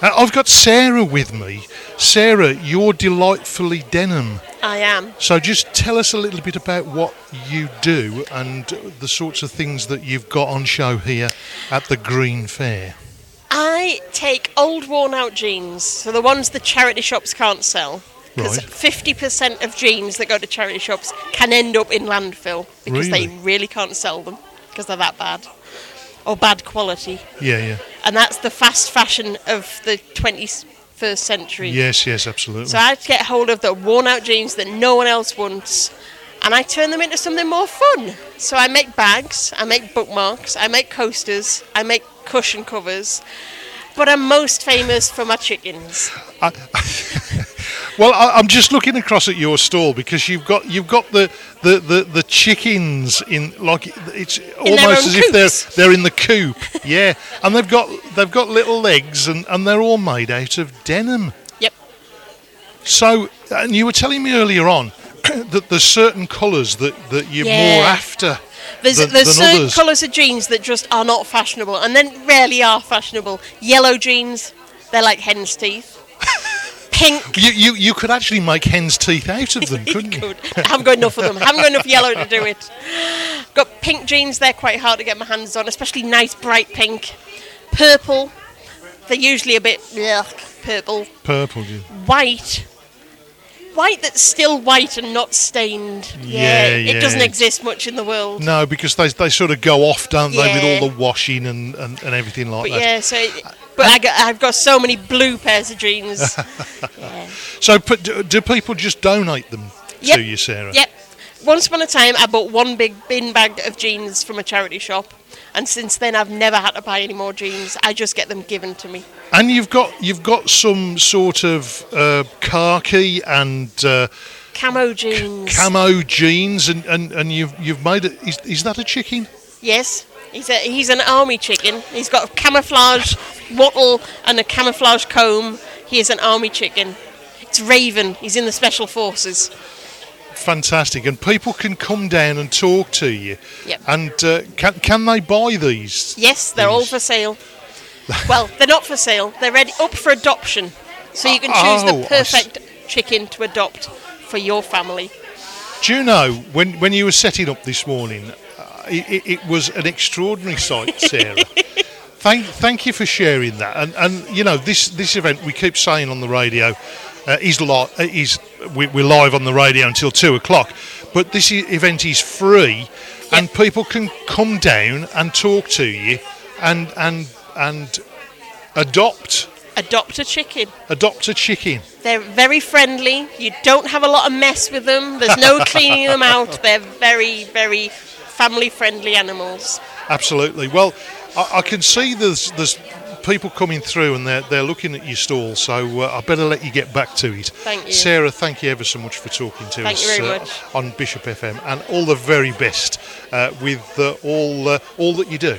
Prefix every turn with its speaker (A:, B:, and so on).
A: Uh, I've got Sarah with me. Sarah, you're delightfully denim.
B: I am.
A: So just tell us a little bit about what you do and the sorts of things that you've got on show here at the Green Fair.
B: I take old worn out jeans, so the ones the charity shops can't sell. Because
A: Right.
B: 50% of jeans that go to charity shops can end up in landfill because
A: Really?
B: they really can't sell them because they're that bad or bad quality.
A: Yeah, yeah.
B: And that's the fast fashion of the 21st century.
A: Yes, yes, absolutely.
B: So I get hold of the worn out jeans that no one else wants and I turn them into something more fun. So I make bags, I make bookmarks, I make coasters, I make cushion covers. But I'm most famous for my chickens.
A: Well, I, I'm just looking across at your stall because you've got you've got the the, the, the chickens in like it's
B: In their
A: almost
B: own
A: as if
B: coops.
A: they're they're in the coop. yeah, and they've got they've got little legs and, and they're all made out of denim.
B: Yep.
A: So, and you were telling me earlier on that there's certain colours that, that you're more
B: Yeah.
A: after
B: There's,
A: than,
B: there's
A: than
B: certain
A: others.
B: colours of jeans that just are not fashionable and then rarely are fashionable. Yellow jeans, they're like hen's teeth. Pink,
A: You, you you could actually make hen's teeth out of them, couldn't you?
B: Good. I haven't got enough of them. I haven't got enough yellow to do it. Got pink jeans. They're quite hard to get my hands on, especially nice bright pink. Purple. They're usually a bit blech, purple.
A: Purple. you-
B: White. White that's still white and not stained.
A: Yeah,
B: It
A: yeah.
B: doesn't exist much in the world.
A: No, because they, they sort of go off, don't they,
B: Yeah.
A: with all the washing and, and, and everything like
B: But
A: that.
B: yeah, so. It, but I got, I've got so many blue pairs of jeans. yeah.
A: So, but do, do people just donate them
B: Yep.
A: to you, Sarah?
B: Yep. Once upon a time, I bought one big bin bag of jeans from a charity shop, and since then, I've never had to buy any more jeans. I just get them given to me.
A: And you've got you've got some sort of uh, khaki and uh,
B: Camo jeans.
A: camo jeans, and, and, and you've you've made it. Is, is that a chicken?
B: yes. He's, a, he's an army chicken. He's got a camouflage wattle and a camouflage comb. He is an army chicken. It's Raven. He's in the special forces.
A: Fantastic. And people can come down and talk to you.
B: Yep.
A: And uh, can can they buy these?
B: Yes, they're all for sale. well, they're not for sale. They're ready up for adoption. So you can choose
A: Oh,
B: the
A: I s-
B: perfect chicken to adopt for your family.
A: Do you know when, when you were setting up this morning, uh, it, it, it was an extraordinary sight, Sarah. thank thank you for sharing that. And and you know this this event we keep saying on the radio uh, is li- uh, is we, we're live on the radio until two o'clock, but this i- event is free, and people can come down and talk to you, and and and adopt
B: adopt a chicken.
A: adopt a chicken.
B: They're very friendly. You don't have a lot of mess with them. There's no cleaning them out. They're very, very family friendly animals.
A: Absolutely. Well, I, I can see there's there's people coming through and they're they're looking at your stall, so uh, I better let you get back to it.
B: Thank you.
A: Sarah. Thank you ever so much for talking to
B: Thank
A: us
B: you very
A: uh,
B: much.
A: on Bishop FM, and all the very best uh, with uh, all uh, all that you do.